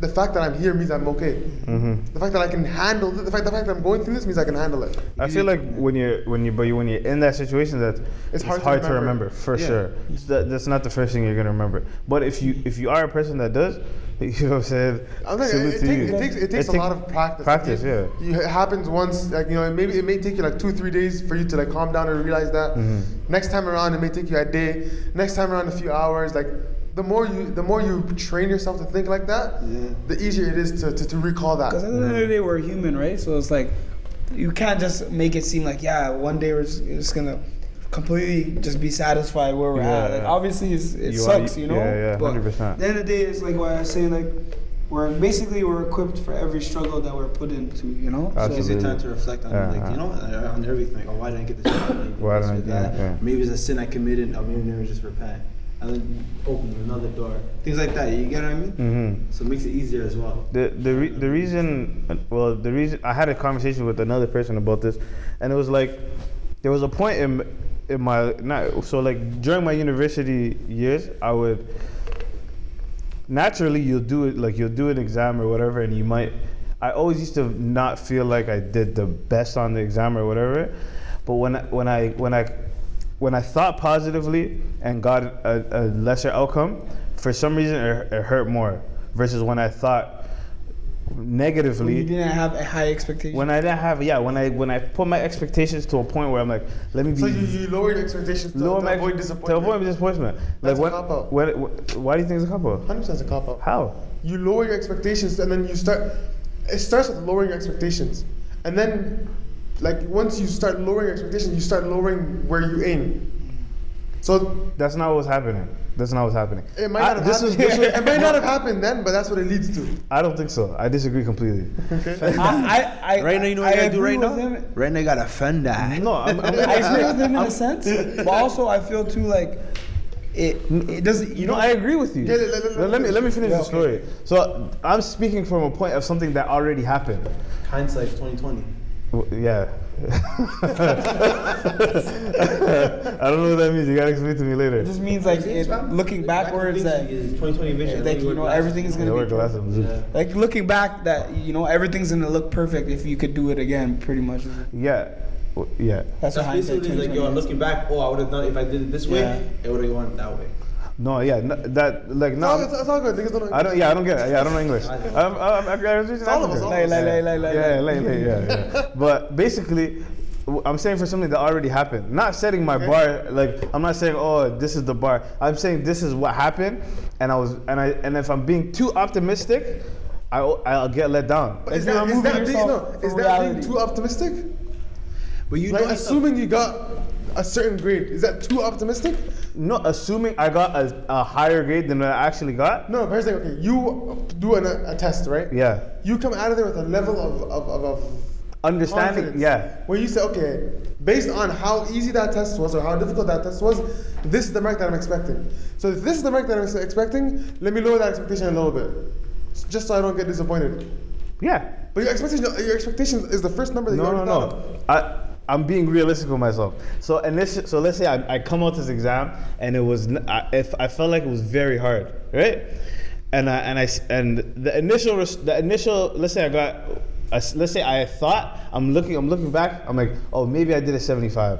S2: the fact that I'm here means I'm okay. The fact that I can handle it, the fact the fact that I'm going through this means I can handle it.
S1: I feel like when you're when you but you, when you're in that situation, that it's, hard, to, remember. for
S5: Yeah.
S1: sure. It's that, that's not the first thing you're gonna remember. But if you if you are a person that does, you know what I'm saying.
S2: I'm like,
S1: salute
S2: it, it,
S1: to
S2: takes,
S1: you.
S2: it takes it takes a lot of practice.
S1: Practice, yeah.
S2: It- you- it happens once, like you know, it maybe it may take you like two, three days for you to like calm down and realize that.
S1: Mm-hmm.
S2: Next time around, it may take you a day. Next time around, a few hours. Like the more you, the more you train yourself to think like that, the easier it is to, to, to recall that.
S4: Because at the end of the day, we're human, right? So it's like you can't just make it seem like yeah, one day we're just, just gonna completely just be satisfied where we're at.
S1: Yeah,
S4: Like
S1: yeah.
S4: obviously, it's, it
S1: You are-
S4: sucks, you know.
S1: yeah, yeah,
S4: But
S1: 100%.
S4: At the end of the day, it's like what I was saying, like we're basically we're equipped for every struggle that we're put into, you know.
S5: So it gives you
S1: Absolutely.
S5: time to reflect on,
S1: Yeah,
S5: like, you know, uh, on everything. Like, oh, why didn't I get this job? Maybe
S1: Why
S5: this
S1: didn't
S5: or
S1: I- yeah,
S5: that.
S1: yeah.
S5: Maybe it's a sin I committed. Or maybe never just repent. And then open another door. Things like that. You get what I mean?
S1: hmm
S5: So it makes it easier as well.
S1: The the re- the reason well the reason I had a conversation with another person about this, and it was like there was a point in in my not so like during my university years I would naturally you'll do it like you'll do an exam or whatever and you might I always used to not feel like I did the best on the exam or whatever, but when I- when I when I when I thought positively and got a, a lesser outcome, for some reason it, it hurt more versus when I thought negatively
S4: You didn't have a high expectation.
S1: when I didn't have yeah when I when I put my expectations to a point where I'm like let me be
S2: so you, you lower your expectations to,
S1: Mm. lower
S2: to
S1: my
S2: avoid
S1: to
S2: disappointment.
S1: avoid disappointment
S2: That's a
S1: like
S2: cop-out.
S1: when, when, when why do you think it's a couple
S2: Hundred percent a cop out.
S1: how
S2: you lower your expectations and then you start it starts with lowering your expectations and then like once you start lowering your expectations you start lowering where you aim so
S1: that's not what's happening that's not what's happening
S2: it might
S1: I-
S2: not have
S1: this was-
S2: happened.
S1: this was-
S2: it might not have happened then but that's what it leads to
S1: I don't think so I disagree completely
S4: I, I, I,
S5: Right now, you know
S4: I
S5: what I, gotta do
S4: agree
S5: right now?
S4: with him.
S5: Right now, I got to fend that.
S1: no I'm, I'm,
S4: I agree with him in a sense, but also I feel too like it. It doesn't. You
S1: No,
S4: know,
S1: I agree with you.
S2: Yeah, let- let- let-
S1: let, me let me finish
S4: Yeah,
S1: the story. So I'm speaking from a point of something that already happened.
S5: Hindsight 2020.
S1: W- Yeah, I don't know what that means. You gotta explain to me later.
S4: It just means like it, looking backwards
S7: uh,
S4: that,
S5: It's 2020 vision.
S4: that you know everything is
S1: I
S4: gonna
S1: wear
S4: be
S1: glasses. I'm zoom.
S4: like looking back that you know everything's gonna look perfect if you could do it again. Pretty much.
S1: Yeah. W- Yeah.
S4: That's, what
S5: That's
S4: hindsight.
S5: basically like,
S4: 2020
S5: yo,
S4: is.
S5: looking back, oh, I would have done it if I did it this way,
S4: Yeah.
S5: it would have gone that way.
S1: No. Yeah. No, that like
S2: No, it's,
S1: no.
S2: it's all good. Niggas don't know.
S1: I don't. Yeah. I don't get. it. Yeah. I don't know English. Um, I'm, I'm, I'm, I'm it's
S2: all of us, all of
S4: Like, like, like, like, like,
S1: yeah,
S4: like.
S1: late, late, yeah, yeah. But basically, w- I'm saying for something that already happened. Not setting my bar like I'm not saying oh this is the bar. I'm saying this is what happened, and I was and I and if I'm being too optimistic, I I'll get let down.
S2: Is
S4: you're
S2: that, is
S4: removing
S2: that being, no,
S4: yourself
S2: is
S4: from
S2: that being
S4: reality.
S2: too optimistic?
S5: But you
S2: Like
S5: know,
S2: assuming you got a certain grade, is that too optimistic?
S1: No, assuming I got a, a higher grade than I actually got.
S2: No, but here's the thing. Okay, you do an, a test, right?
S1: Yeah,
S2: You come out of there with a level of of, of, of
S1: understanding.
S2: confidence.
S1: Yeah,
S2: When you say, okay, based on how easy that test was or how difficult that test was, this is the mark that I'm expecting. So if this is the mark that I'm ex- expecting, let me lower that expectation a little bit, s- just so I don't get disappointed.
S1: yeah.
S2: But your expectation, your expectation is the first number that you
S1: No, no,
S2: already thought of.
S1: no. I I'm being realistic with myself. So and this, so let's say I, I come out this exam and it was n- I, if I felt like it was very hard, right? And I and I s- and the initial res- the initial let's say I got I s- let's say I thought I'm looking I'm looking back I'm like oh maybe I did a 75.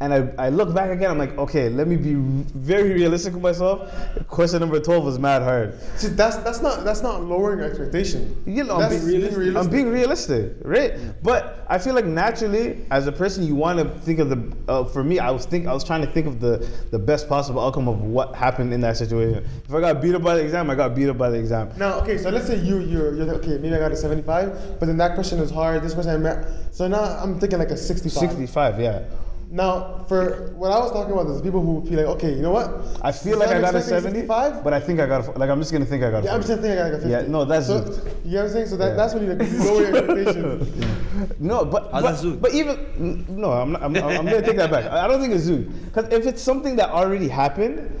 S1: And I, I look back again, I'm like, okay, let me be very realistic with myself. Question number 12 was mad hard.
S2: See, that's that's not that's not lowering your expectation.
S1: You know, I'm
S2: that's
S1: being, realistic. I'm being realistic, right? But I feel like naturally, as a person, you want to think of the. Uh, for me, I was think I was trying to think of the the best possible outcome of what happened in that situation. If I got beat up by the exam, I got beat up by the exam.
S2: Now, okay, so let's say you you're, you're like, okay, maybe I got a 75, but then that question is hard. This question I met, so now I'm thinking like a 65.
S1: Sixty-five, yeah.
S2: Now, for what I was talking about, there's people who would be like, okay, you know what?
S1: I feel
S2: Instead
S1: like I
S2: of
S1: got a
S2: expecting
S1: seventy-five,
S2: 65,
S1: but I think I got a, fo- like I'm just gonna think I got. A
S2: yeah, I'm
S1: 40.
S2: just thinking I got a 50.
S1: Yeah, no, that's
S2: so,
S1: it.
S2: You know what I'm saying? So that,
S1: Yeah.
S2: that's when you like, lower your expectations.
S1: No, but but,
S6: How's that Zoot?
S1: but even n- no, I'm not, I'm, I'm gonna take that back. I I don't think it's zoo because if it's something that already happened,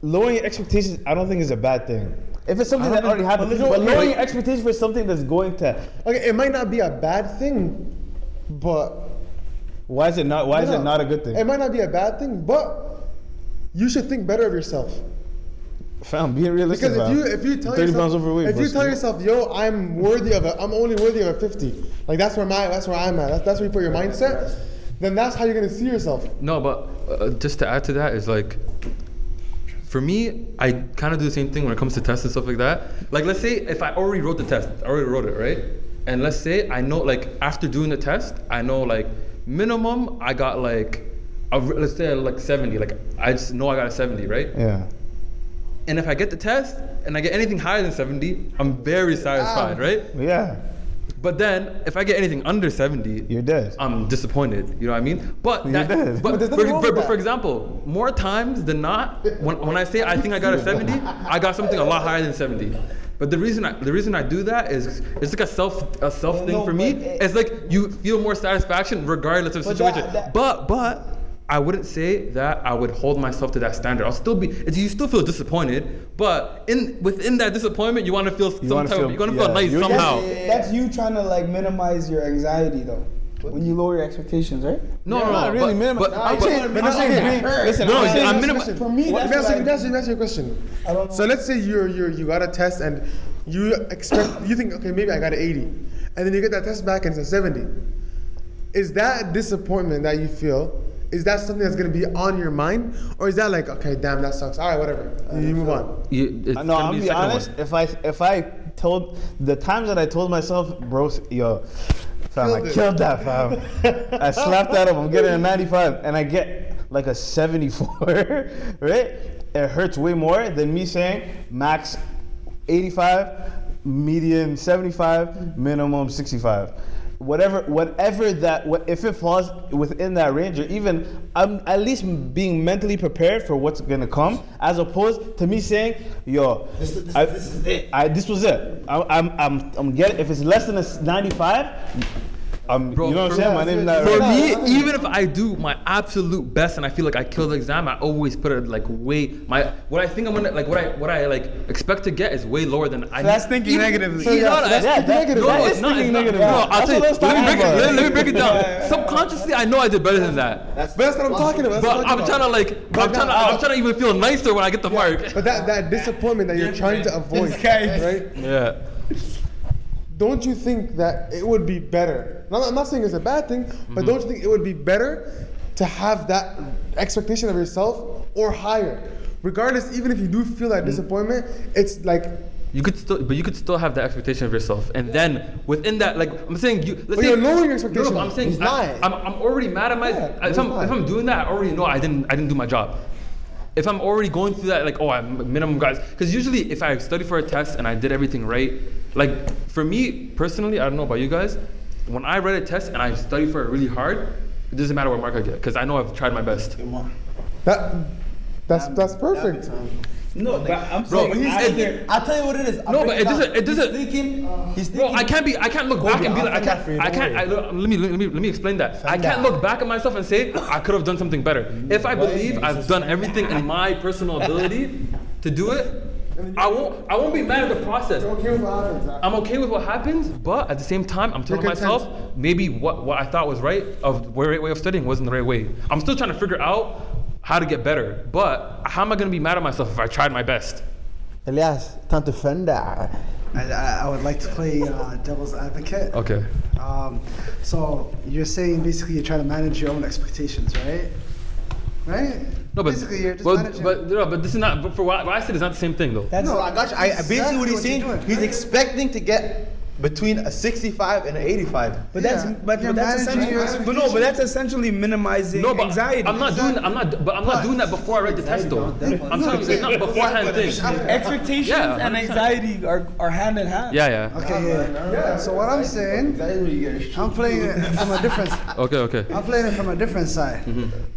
S1: lowering your expectations, I don't think is a bad thing. If it's something that already happened, but,
S2: you know what,
S1: lowering
S2: okay.
S1: your expectations for something that's going to,
S2: Okay, it might not be a bad thing, but
S1: why is it not? Why is
S2: No,
S1: it
S2: no.
S1: not a good thing?
S2: It might not be a bad thing, but you should think better of yourself.
S1: Fam, being realistic.
S2: Because if you
S1: fam.
S2: if you tell
S1: thirty
S2: yourself,
S1: pounds overweight,
S2: if you
S1: versus-
S2: tell yourself, yo, I'm worthy of a, I'm only worthy of a 50. Like that's where my that's where I'm at. That's, that's where you put your mindset. Then that's how you're gonna see yourself.
S6: No, but uh, just to add to that is like, for me, I kind of do the same thing when it comes to tests and stuff like that. Like, let's say if I already wrote the test, I already wrote it, right? And let's say I know, like, after doing the test, I know, like, minimum I got like, a, re- let's say like 70. Like, I just know I got a 70, right?
S1: yeah,
S6: And if I get the test and I get anything higher than 70, I'm very satisfied, right?
S1: yeah,
S6: But then if I get anything under 70,
S1: you're dead.
S6: I'm disappointed. You know what I mean? But
S1: You
S6: that,
S1: did.
S6: but,
S1: But
S2: there's
S6: for,
S2: nothing wrong
S6: for-
S2: with
S6: but
S2: that.
S6: for example, more times than not, when, when I say I think I got a 70, I got something a lot higher than 70. But the reason I, the reason I do that is it's like a self a self thing
S4: no,
S6: for me.
S4: but it-
S6: it's like you feel more satisfaction regardless of
S4: But that-
S6: situation.
S4: that-
S6: but but I wouldn't say that I would hold myself to that standard. I'll still be it's, you still feel disappointed, but in within that disappointment, you want to feel some
S1: wanna
S6: type
S1: feel-
S6: of, you want to
S1: yeah,
S6: feel nice
S1: you-
S4: That's-
S6: somehow.
S4: That's you trying to like minimize your anxiety though. When you lower your expectations, right?
S6: No, no, no,
S1: not really
S6: but-
S1: minimum.
S6: but-
S1: I'm
S6: but-
S1: saying, I'm saying, being- listen,
S6: No,
S1: I'm
S6: I'm
S1: saying-
S6: minimi-
S4: For me,
S2: Well, let me ask you-
S4: that's what I-
S2: let me ask you- let me ask you a question.
S4: I don't know.
S2: So let's say you're you you got a test and you expect you think okay maybe I got an 80, and then you get that test back and it's a 70. Is that disappointment that you feel? Is that something that's gonna be on your mind, or is that like okay damn that sucks? All right, whatever. You move on.
S6: You, it's
S1: no,
S6: gonna
S1: I'll
S6: be,
S1: be,
S6: second one.
S1: honest. If I if I told the times that I told myself, bro, s- yo, fam,
S2: Killed
S1: I
S2: it.
S1: killed that, fam. I slapped that up. I'm getting a 95, and I get like a 74, right? It hurts way more than me saying max 85, medium 75, minimum 65. Whatever, whatever that, what, if it falls within that range, or even I'm at least being mentally prepared for what's gonna come, as opposed to me saying, "Yo, I-
S5: this is it.
S1: I, this was it. I, I'm, I'm, I'm getting. If it's less than a s- 95, I'm,
S6: Bro,
S1: Um, you know what I'm
S6: for-
S1: saying? My name's not
S6: For
S1: right.
S6: me, E, even if I do my absolute best and I feel like I kill the exam, I always put it like way my what I think I'm gonna like what I what I like expect to get is way lower than I.
S4: that's thinking negatively.
S6: you know what?
S4: So that's
S6: I-
S4: thinking negative.
S6: No,
S4: That
S6: it's
S4: is
S6: not.
S4: thinking
S6: it's not.
S4: negative.
S6: Bro,
S4: That's
S6: I'll tell you.
S4: what I was
S6: Let me break
S4: talking
S6: it. Let,
S4: about.
S6: let me break it down. Subconsciously, I know I did better than that.
S5: That's,
S2: But that's what I'm talking about.
S6: But I'm trying to like, I'm trying to, I'm trying to even feel nicer when I get the mark.
S2: But that, that disappointment that you're trying to avoid, right?
S6: Yeah.
S2: don't you think that it would be better? Now, I'm not saying it's a bad thing, but don't you think it would be better to have that expectation of yourself or higher? Regardless, even if you do feel that disappointment, it's like
S6: You could still, but you could still have that expectation of yourself, and then within that, like I'm saying, you. Let's
S2: But
S6: say,
S2: you're lowering your
S6: No, No,
S2: expectation.
S6: but I'm saying
S2: It's
S6: I,
S2: not.
S6: I'm, I'm already mad at my.
S2: Yeah,
S6: if,
S2: it's
S6: I'm,
S2: not.
S6: if I'm doing that, I already know I didn't I didn't do my job. If I'm already going through that, like oh, I'm minimum guys, because usually if I study for a test and I did everything right, like for me personally, I don't know about you guys, when I read a test and I study for it really hard, it doesn't matter what mark I get because I know I've tried my best.
S2: that. That's that's perfect.
S8: No, but I'm saying
S6: Bro, but he's-
S8: after, I'll tell you what it is. I'll
S6: No,
S8: break
S6: but it
S8: down.
S6: doesn't- it doesn't-
S8: He's thinking. He's thinking.
S6: Bro, I can't be. I can't look back and be
S8: I'll
S6: like. I
S8: find
S6: can't.
S8: that for you,
S6: I
S8: don't
S6: can't. I, let me let me let me explain that. I can't
S8: out.
S6: look back at myself and say I could have done something better. If I believe I've done everything in my personal ability to do it, I won't. I won't be mad at the process.
S2: Okay with what happens.
S6: I'm okay with what happens, but at the same time, I'm telling
S2: You're content.
S6: myself maybe what, what I thought was right of the right way of studying wasn't the right way. I'm still trying to figure out how to get better, but how am I gonna be mad at myself if I tried my best?
S8: Elias, time to fend out.
S9: I, I I would like to play uh, devil's advocate.
S6: Okay.
S9: Um, so you're saying basically you're trying to manage your own expectations, right? Right?
S6: No, but
S9: basically you're just
S6: well,
S9: managing.
S6: but no, but this is not. But for what, what I said is not the same thing though.
S4: That's
S5: No, I got you. I, I basically
S9: Exactly
S5: what he's
S9: what
S5: saying,
S9: you're doing.
S5: he's expecting to get between a 65 and an 85.
S4: But that's
S9: Yeah.
S4: but,
S9: You're
S4: but that's
S9: managing
S4: essentially
S9: your
S4: but no, but that's essentially minimizing
S6: no, but
S4: anxiety.
S6: I'm not doing. I'm not. But I'm not doing that before I read the test though. I'm telling you, it's not beforehand thing.
S4: Expectations
S6: Yeah,
S4: and
S6: 100%.
S4: anxiety are, are hand in hand.
S6: Yeah, yeah.
S9: okay, yeah. So what I'm saying, I'm playing it from a different.
S6: Okay, okay.
S9: I'm playing it from a different side.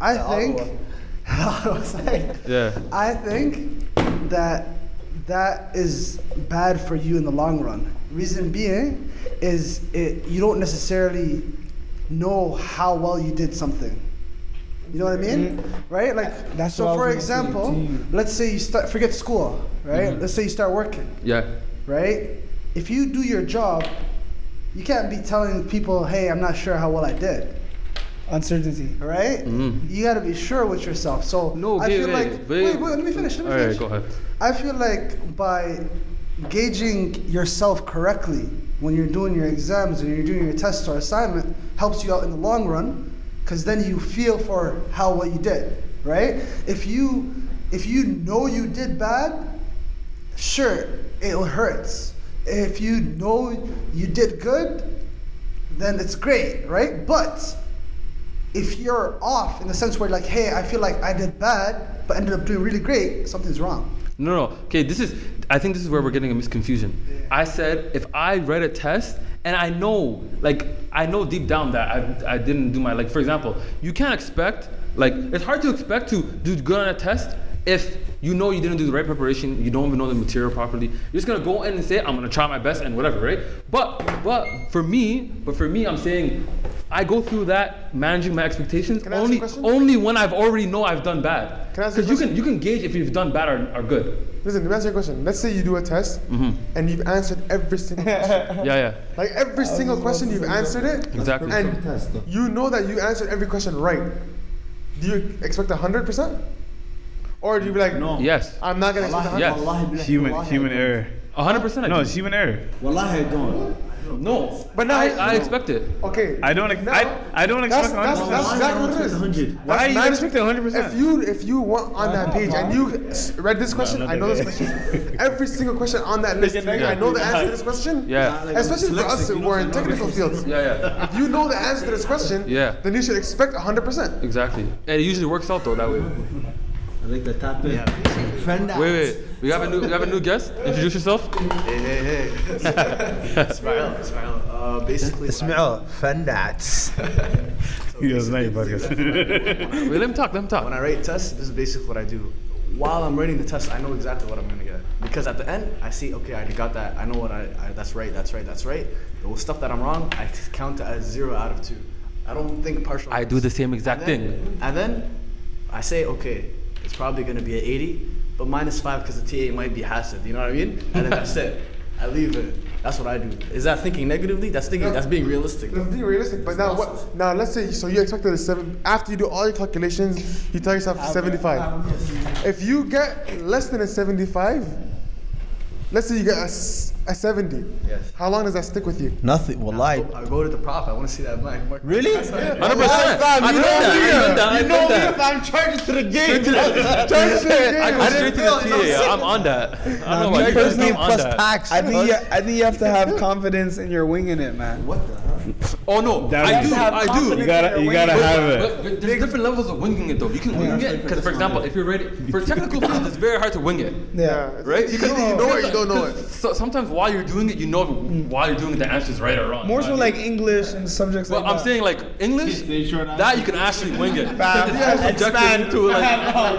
S9: I think. Ottawa side.
S6: Yeah.
S9: I think that that is bad for you in the long run. Reason being is it you don't necessarily know how well you did something. You know what I mean? Right? Like
S4: Mm-hmm. That's
S9: so
S4: what I
S9: for
S4: was gonna say, Mm-hmm.
S9: example,
S4: too.
S9: let's say you start forget school, right? Let's say you start working
S6: Yeah.
S9: right? If you do your job, you can't be telling people, hey, I'm not sure how well I did,
S4: Uncertainty.
S9: all right? You gotta be sure with yourself. So
S6: Mm-hmm. No,
S9: I
S6: wait,
S9: feel
S6: wait,
S9: like, wait,
S6: wait.
S9: wait, let me finish, let me
S6: All right,
S9: finish.
S6: go ahead.
S9: I feel like by gauging yourself correctly when you're doing your exams and you're doing your tests or assignment helps you out in the long run because then you feel for how well you did, right? If you if you know you did bad, sure, it hurts. If you know you did good, then it's great, right? But if you're off in the sense where like, hey, I feel like I did bad but ended up doing really great, something's wrong.
S6: No, no. Okay, this is. I think this is where we're getting a misconfusion. I said if I read a test and I know, like, I know deep down that I, I didn't do my like. For example, you can't expect like it's hard to expect to do good on a test if you know you didn't do the right preparation. You don't even know the material properly. You're just gonna go in and say I'm gonna try my best and whatever, right? But but for me, but for me, I'm saying. I go through that managing my expectations
S2: I ask you a
S6: only
S2: question?
S6: only when I've already know I've done bad.
S2: Can I ask you a
S6: Because you
S2: question?
S6: can you can gauge if you've done bad or, or good.
S2: Listen, let me answer your question. Let's say you do a test and you've answered every single question.
S6: Mm-hmm. Yeah, yeah.
S2: like every single question you've answered it.
S6: Exactly.
S2: And you know that you answered every question right. Do you expect hundred percent? Or do you be like, no,
S6: Yes.
S2: I'm not gonna expect
S6: Yes.
S1: Human, human error.
S6: 100% I
S1: No,
S6: no,
S1: it's human error.
S5: Wallahi, I don't.
S6: no.
S2: But now
S6: I,
S2: you
S6: I
S2: know.
S6: expect it.
S2: Okay.
S1: I don't. Ex- I, I don't
S2: That's,
S1: expect.
S2: that's,
S1: 100%.
S2: that's exactly what it is.
S1: Why
S2: That's
S1: are you
S2: not-
S1: expecting 100%?
S2: If you if you were on that page and you s- read this question,
S1: no,
S2: I know
S1: no,
S2: this
S1: no.
S2: question. Every single question on that list, I know the answer to this question.
S6: Yeah.
S2: Especially for us, who are in technical fields.
S6: Yeah, yeah.
S2: If you know the answer to this question,
S6: Yeah.
S2: then you should expect 100%.
S6: Exactly. And it usually works out though that way.
S5: I like the top end.
S6: Wait, wait. We have a new we have a new guest. Introduce yourself.
S5: Hey, hey, hey. Ismail, Ismail. Uh, basically, Ismail, Fendats.
S1: He doesn't know your podcast.
S6: Wait, let him talk, let him
S5: When
S6: talk.
S5: I write tests, this is basically what I do.
S7: while I'm writing the test, I know exactly what I'm gonna get because at the end, I see okay, I got that. I know what I, I that's right, that's right, that's right. The stuff that I'm wrong, I count it as zero out of two. I don't think partial.
S6: I do the same exact
S7: and then,
S6: thing.
S7: And then I say, okay, it's probably going to be an 80, but minus five because the TA might be hassled. You know what I mean? And then that's it. I leave it. That's what I do. Is that thinking negatively? That's thinking. That's being realistic.
S2: Let's be realistic. But now, what? Now, let's say so you expected a seven. After you do all your calculations, you tell yourself seventy-five. If you get less than a seventy-five, let's say you get a, s- a seventy.
S7: Yes.
S2: How long does that stick with you?
S8: Nothing, wallahi.
S7: I go to the prof. I want to see that blank mark.
S8: Really?
S6: Hundred percent. I did that. I did that.
S8: I'm charged to the game.
S2: Charge it.
S6: I go straight to the TA. I'm on that. I don't know why you guys
S8: Personally
S6: don't on
S8: plus
S6: that.
S8: tax.
S4: I think you, I think you have to have confidence in your winging it, man.
S5: What the hell?
S6: Oh no, I do. I do.
S1: You gotta, you gotta have it.
S6: But, but there's different levels of winging it though. You can wing it because, for example, if you're ready for technical fields, it's very hard to wing it,
S2: Yeah.
S6: right?
S2: You either you know it or you don't know it. Mm.
S6: So sometimes while you're doing it, you know while you're doing it, the answer's right or wrong.
S4: More so like English and subjects
S6: But
S4: like
S6: I'm
S4: that.
S6: saying like English, that you can actually wing it. Because it's
S4: yeah,
S6: so subjective to,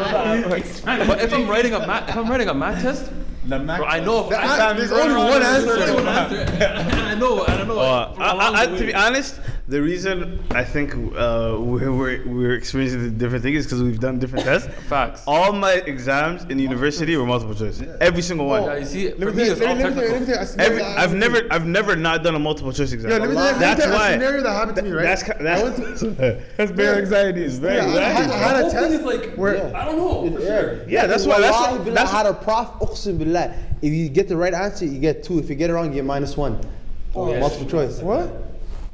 S6: like- but if I'm writing a math, if I'm writing a math test, bro, I know. if I-
S2: Ah, There's only one answer.
S6: There's only one answer. I know. I don't know.
S1: Uh,
S6: like,
S1: I,
S6: along
S1: I, I,
S6: the
S1: to be
S6: way.
S1: honest, the reason I think uh, we're, we're, we're experiencing the different things is because we've done different tests.
S6: Facts.
S1: All my exams in university were multiple choice. Every single one.
S6: Yeah, you see, for
S2: Let
S6: me,
S2: me tell
S6: it's
S2: you-
S6: all
S2: let me tell you- let me
S6: technical.
S2: tell you a scenario
S1: Every,
S2: that
S1: I've
S2: happened to me.
S1: never, I've never not done a multiple choice exam.
S2: Yeah, let me tell you- let me
S1: that's
S2: tell you a
S1: why.
S2: scenario that happened to me, right?
S1: That's ki- that's
S2: I went to-
S1: that's bare anxiety. It's bare
S2: Yeah, I
S1: anxiety.
S2: had-
S1: bro.
S2: I had a
S6: Whole thing
S2: test
S6: is like,
S2: where-
S6: I don't know. For sure.
S1: Yeah, that's why. That's why.
S5: Wallahi
S1: That's
S5: billah, I had a prof, Uqsim billah. If you get the right answer, you get two. If you get it wrong, you get minus one. Multiple choice.
S2: What?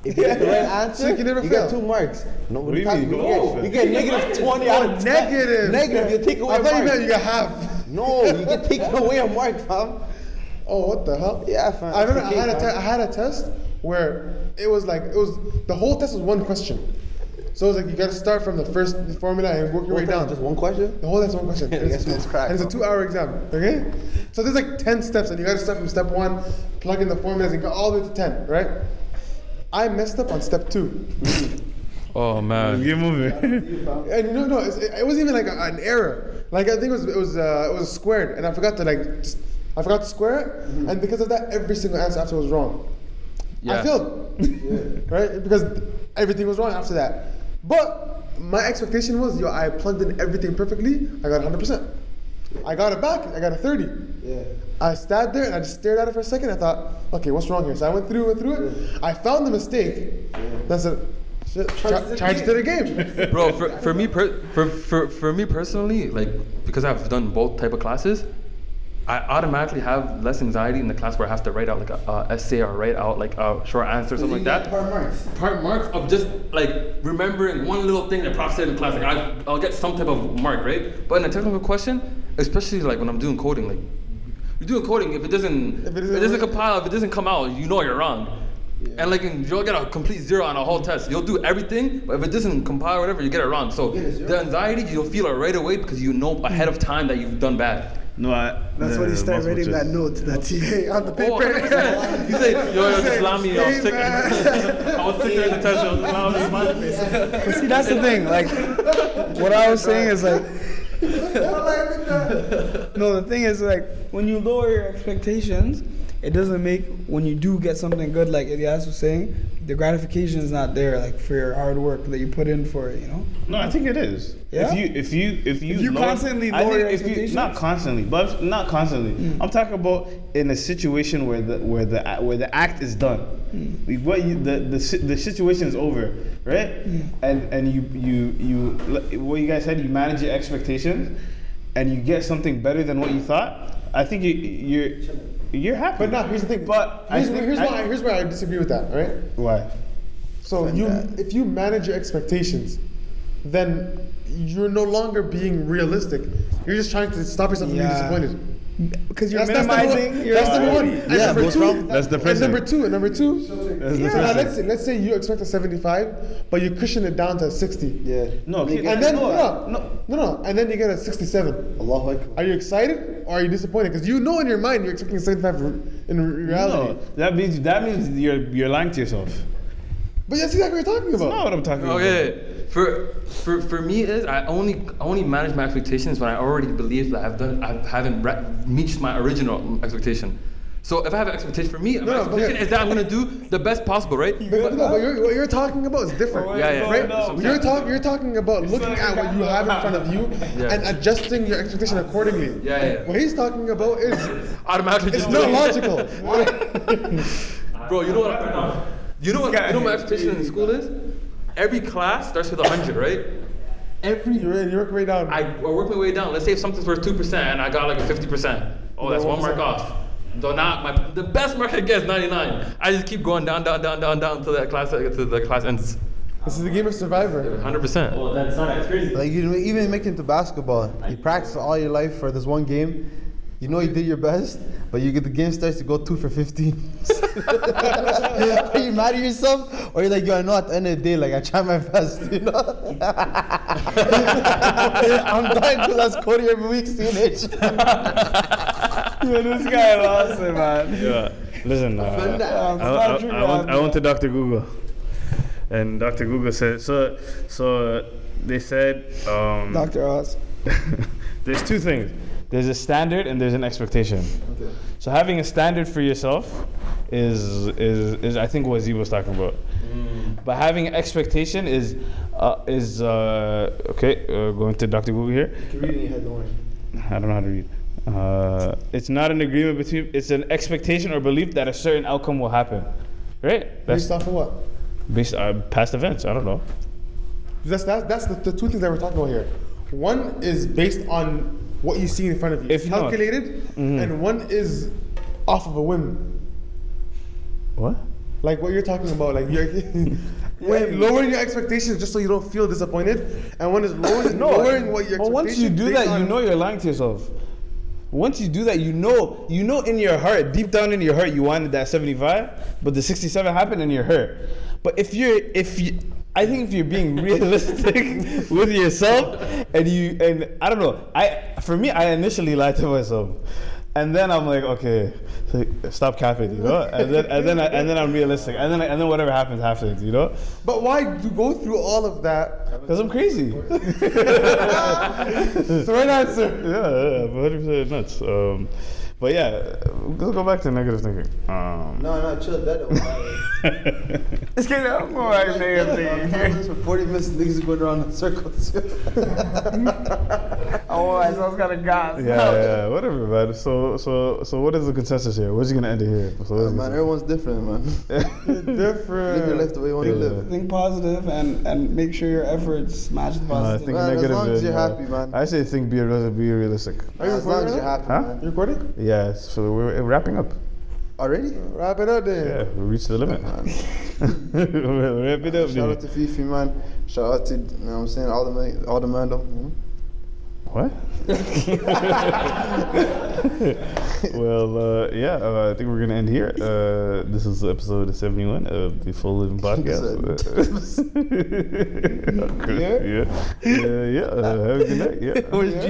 S5: If you get the right answer,
S2: So you
S5: you,
S2: can never
S5: get
S2: fail.
S5: two marks. No, what
S1: do you mean?
S5: You,
S1: No.
S5: get, you get negative 20 out of 10.
S2: Negative.
S5: Negative, you take away
S2: I
S5: a
S2: thought you
S5: mark.
S2: meant you got half.
S5: no, you get taken away a mark, fam.
S2: Oh, what the hell?
S5: Yeah, fam.
S2: I remember
S5: It's
S2: I
S5: the
S2: had, a
S5: case,
S2: te-
S5: fam.
S2: I had a test where it was like it was the whole test was one question. So it was like you gotta start from the first formula and work your way down.
S5: Just one question?
S2: The whole test is one question. And it's,
S5: Yes, it's cracked,
S2: and it's a
S5: bro.
S2: two-hour exam. Okay. So there's like ten steps, and you gotta start from step one, plug in the formulas, and go all the way to ten. Right. I messed up on step two.
S6: Oh man.
S1: Get moving.
S2: And no, no, it's, it wasn't even like a, an error. Like I think it was it was uh, it was squared, and I forgot to like just, I forgot to square it, and because of that, every single answer after was wrong. I
S6: Yeah.
S2: failed, right? Because everything was wrong after that. But my expectation was, yo, I plugged in everything perfectly. I got 100. percent I got it back. I got a 30.
S5: Yeah.
S2: I sat there and I just stared at it for a second. I thought, okay, what's wrong here? So I went through, went through it. I found the mistake. That's it. Shit, char- charge to the game.
S6: bro for, for me per, for, for, for me personally like because i've done both type of classes i automatically have less anxiety in the class where i have to write out like a, a essay or write out like a short answer or something like that part marks part marks of just like remembering one little thing that prof said in class like I, i'll get some type of mark right but in a technical question especially like when i'm doing coding like you're doing coding if it doesn't if it doesn't, compile if it doesn't come out you know you're wrong and like and you'll get a complete zero on a whole test. You'll do everything, but if it doesn't compile or whatever, you get it wrong. So the anxiety you'll feel it right away because you know ahead of time that you've done bad.
S1: No, I,
S9: That's when you start
S1: multiple choice.
S9: writing that note, that TA on the
S6: Oh,
S9: paper.
S6: 100%. you say, yo, yo, just allow me. I'm sick.
S2: Amen.
S6: I was sick during the test. Yo, just allow me.
S4: But see, that's the thing. Like, what I was saying is like, no, the thing is like, when you lower your expectations, it doesn't make when you do get something good, like Elias was saying, the gratification is not there, like for your hard work that you put in for it, you know.
S1: No, I think it is.
S4: Yeah?
S1: If you if you if you,
S4: If you constantly
S1: I
S4: lower
S1: think
S4: your
S1: if you
S4: expectations?
S1: not constantly, but not constantly. I'm talking about in a situation where the where the a- where the act is done. Like, What you, the the si- the situation is over, right? And and you you you li- what you guys said you manage your expectations, and you get something better than what you thought. I think you you're you're happy.
S2: But no, here's the thing.
S1: But I
S2: here's,
S1: think
S2: here's
S1: I-
S2: why here's why I disagree with that. Right.
S1: why.
S2: So you, if you manage your expectations, then you're no longer being realistic. You're just trying to stop yourself from
S4: Yeah.
S2: being disappointed.
S4: Because you're
S2: that's
S4: minimizing
S2: Number one,
S4: your
S2: that's number one. And
S1: Yeah,
S2: number
S1: goes
S2: two,
S1: wrong. That's
S2: And
S1: depressing.
S2: number two, and number two.
S1: That's
S2: yeah,
S1: depressing.
S2: let's say, let's say you expect a 75, but you cushion it down to 60.
S5: Yeah.
S1: No,
S5: Nigga.
S1: keep-
S2: And then
S1: no,
S2: no, no, no, no, and then you get a 67.
S5: Allahu Akbar.
S2: Are you excited or are you disappointed? Because you know in your mind you're expecting 75 re- in reality.
S1: No, Oh, that means that means you're you're lying to yourself.
S2: But that's exactly what you're talking
S1: That's
S2: about.
S1: not what I'm talking about.
S6: Okay. For for for me is I only I only manage my expectations when I already believe that I've done I haven't re- reached my original expectation. So if I have an expectation for me, my
S2: no, but-
S6: expectation is that I'm gonna do the best possible, right?
S2: But, no, but you're, what you're talking about is different.
S6: Yeah, yeah.
S2: Right?
S6: No, no.
S2: You're, talk, you're talking about looking at what you have in front of you
S6: Yeah.
S2: and adjusting your expectation accordingly.
S6: Yeah, yeah.
S2: What he's talking about is
S6: automatically
S2: it's
S6: just
S2: not
S6: doing it.
S2: logical.
S6: Bro, you know what? You know what? You know what my expectation in school is? Every class starts with hundred, right? Every
S2: you're in York way down.
S6: I, I work my way down. Let's say if something's worth two percent and I got like a fifty percent. Oh, that's one mark
S2: 1%.
S6: off. Though now my the best mark I get is ninety nine. I just keep going down, down, down, down, down until that class until the class ends.
S2: this is the game of Survivor.
S6: Hundred percent.
S8: Well, that's not as crazy.
S10: Like you don't even make it into basketball. You practice all your life for this one game. You know you did your best, but you get the game starts to go two for fifteen. Are you mad at yourself, or you're like, yo, I know at the end of the day, like I tried my best, you know. I'm dying to last quarter every week, teenage.
S4: this guy lost it, man.
S1: Yeah. Listen, uh,
S4: I'm
S1: I, I,
S4: Patrick
S1: I went, I
S4: Ramsey.
S1: went to Dr. Google, and Dr. Google said so. So uh, they said um,
S4: Dr. Oz.
S1: there's two things. There's a standard and there's an expectation. So having a standard for yourself is is, is I think what Z was talking about. But having expectation is uh, is uh, okay. Uh, going to Dr. Google here. I don't know how to read. Uh, it's not an agreement between. It's an expectation or belief that a certain outcome will happen, right? That's
S2: Based off of what?
S1: based on past events. I don't know.
S2: That's, that's, that's the, the two things that we're talking about here. One is based on what you see in front of you.
S1: If you know it.
S2: calculated, and one is off of a whim.
S1: What?
S2: Like what you're talking about, like you're when lowering your expectations just so you don't feel disappointed, and one is lowering, lowering what your
S1: Well,
S2: expectations.
S1: once you do
S2: based
S1: that, you
S2: on-
S1: know you're lying to yourself. Once you do that, you know you know in your heart, deep down in your heart, you wanted that 75, but the 67 happened and you're hurt. But if you're if you I think if you're being realistic with yourself and you and I don't know, I for me I initially lied to myself. And then I'm like, okay, stop capping, you know. And then, and then, I, and then I'm realistic. And then, I, and then whatever happens, happens, you know.
S2: But why do go through all of that?
S1: Because I'm crazy.
S2: It's the right answer.
S1: Yeah, yeah, hundred percent nuts. Um, but yeah, let's go back to negative thinking. Um,
S10: No, no, chill, that
S4: Let's get out more negative thinking.
S10: For forty minutes, niggas going around in circles.
S4: Oh, I sounds kind of gas.
S1: yeah, yeah, whatever, man. So, so, so, what is the consensus here? We're just gonna end it here. So what is
S10: man,
S1: it?
S10: everyone's different, man.
S2: Different.
S10: Live your life the way you want to
S1: Yeah.
S10: live.
S4: Think positive and and make sure your efforts match the
S1: Uh, I
S4: positive.
S1: think
S10: Man, as
S1: negative
S10: long as
S1: is,
S10: you're
S1: uh,
S10: happy, man.
S1: I say think be real, be realistic.
S2: Are you
S10: As long as
S2: recording? right
S10: you're
S2: now?
S10: happy,
S1: Huh?
S10: man.
S2: You recording?
S1: Yeah, so we're wrapping up.
S10: Already?
S2: Wrap it up then.
S1: Yeah, we reached the limit. we're wrapping up.
S10: Shout out
S1: dude.
S10: to Fifi, man. Shout out to, you know what I'm saying, all the, ma- all the man, though. Mhm.
S1: What? well, uh, yeah, uh, I think we're going to end here. Uh, this is episode 71 of the Full Living Podcast. yeah. yeah. Yeah, yeah. Uh, have a good night. Yeah.
S6: Where's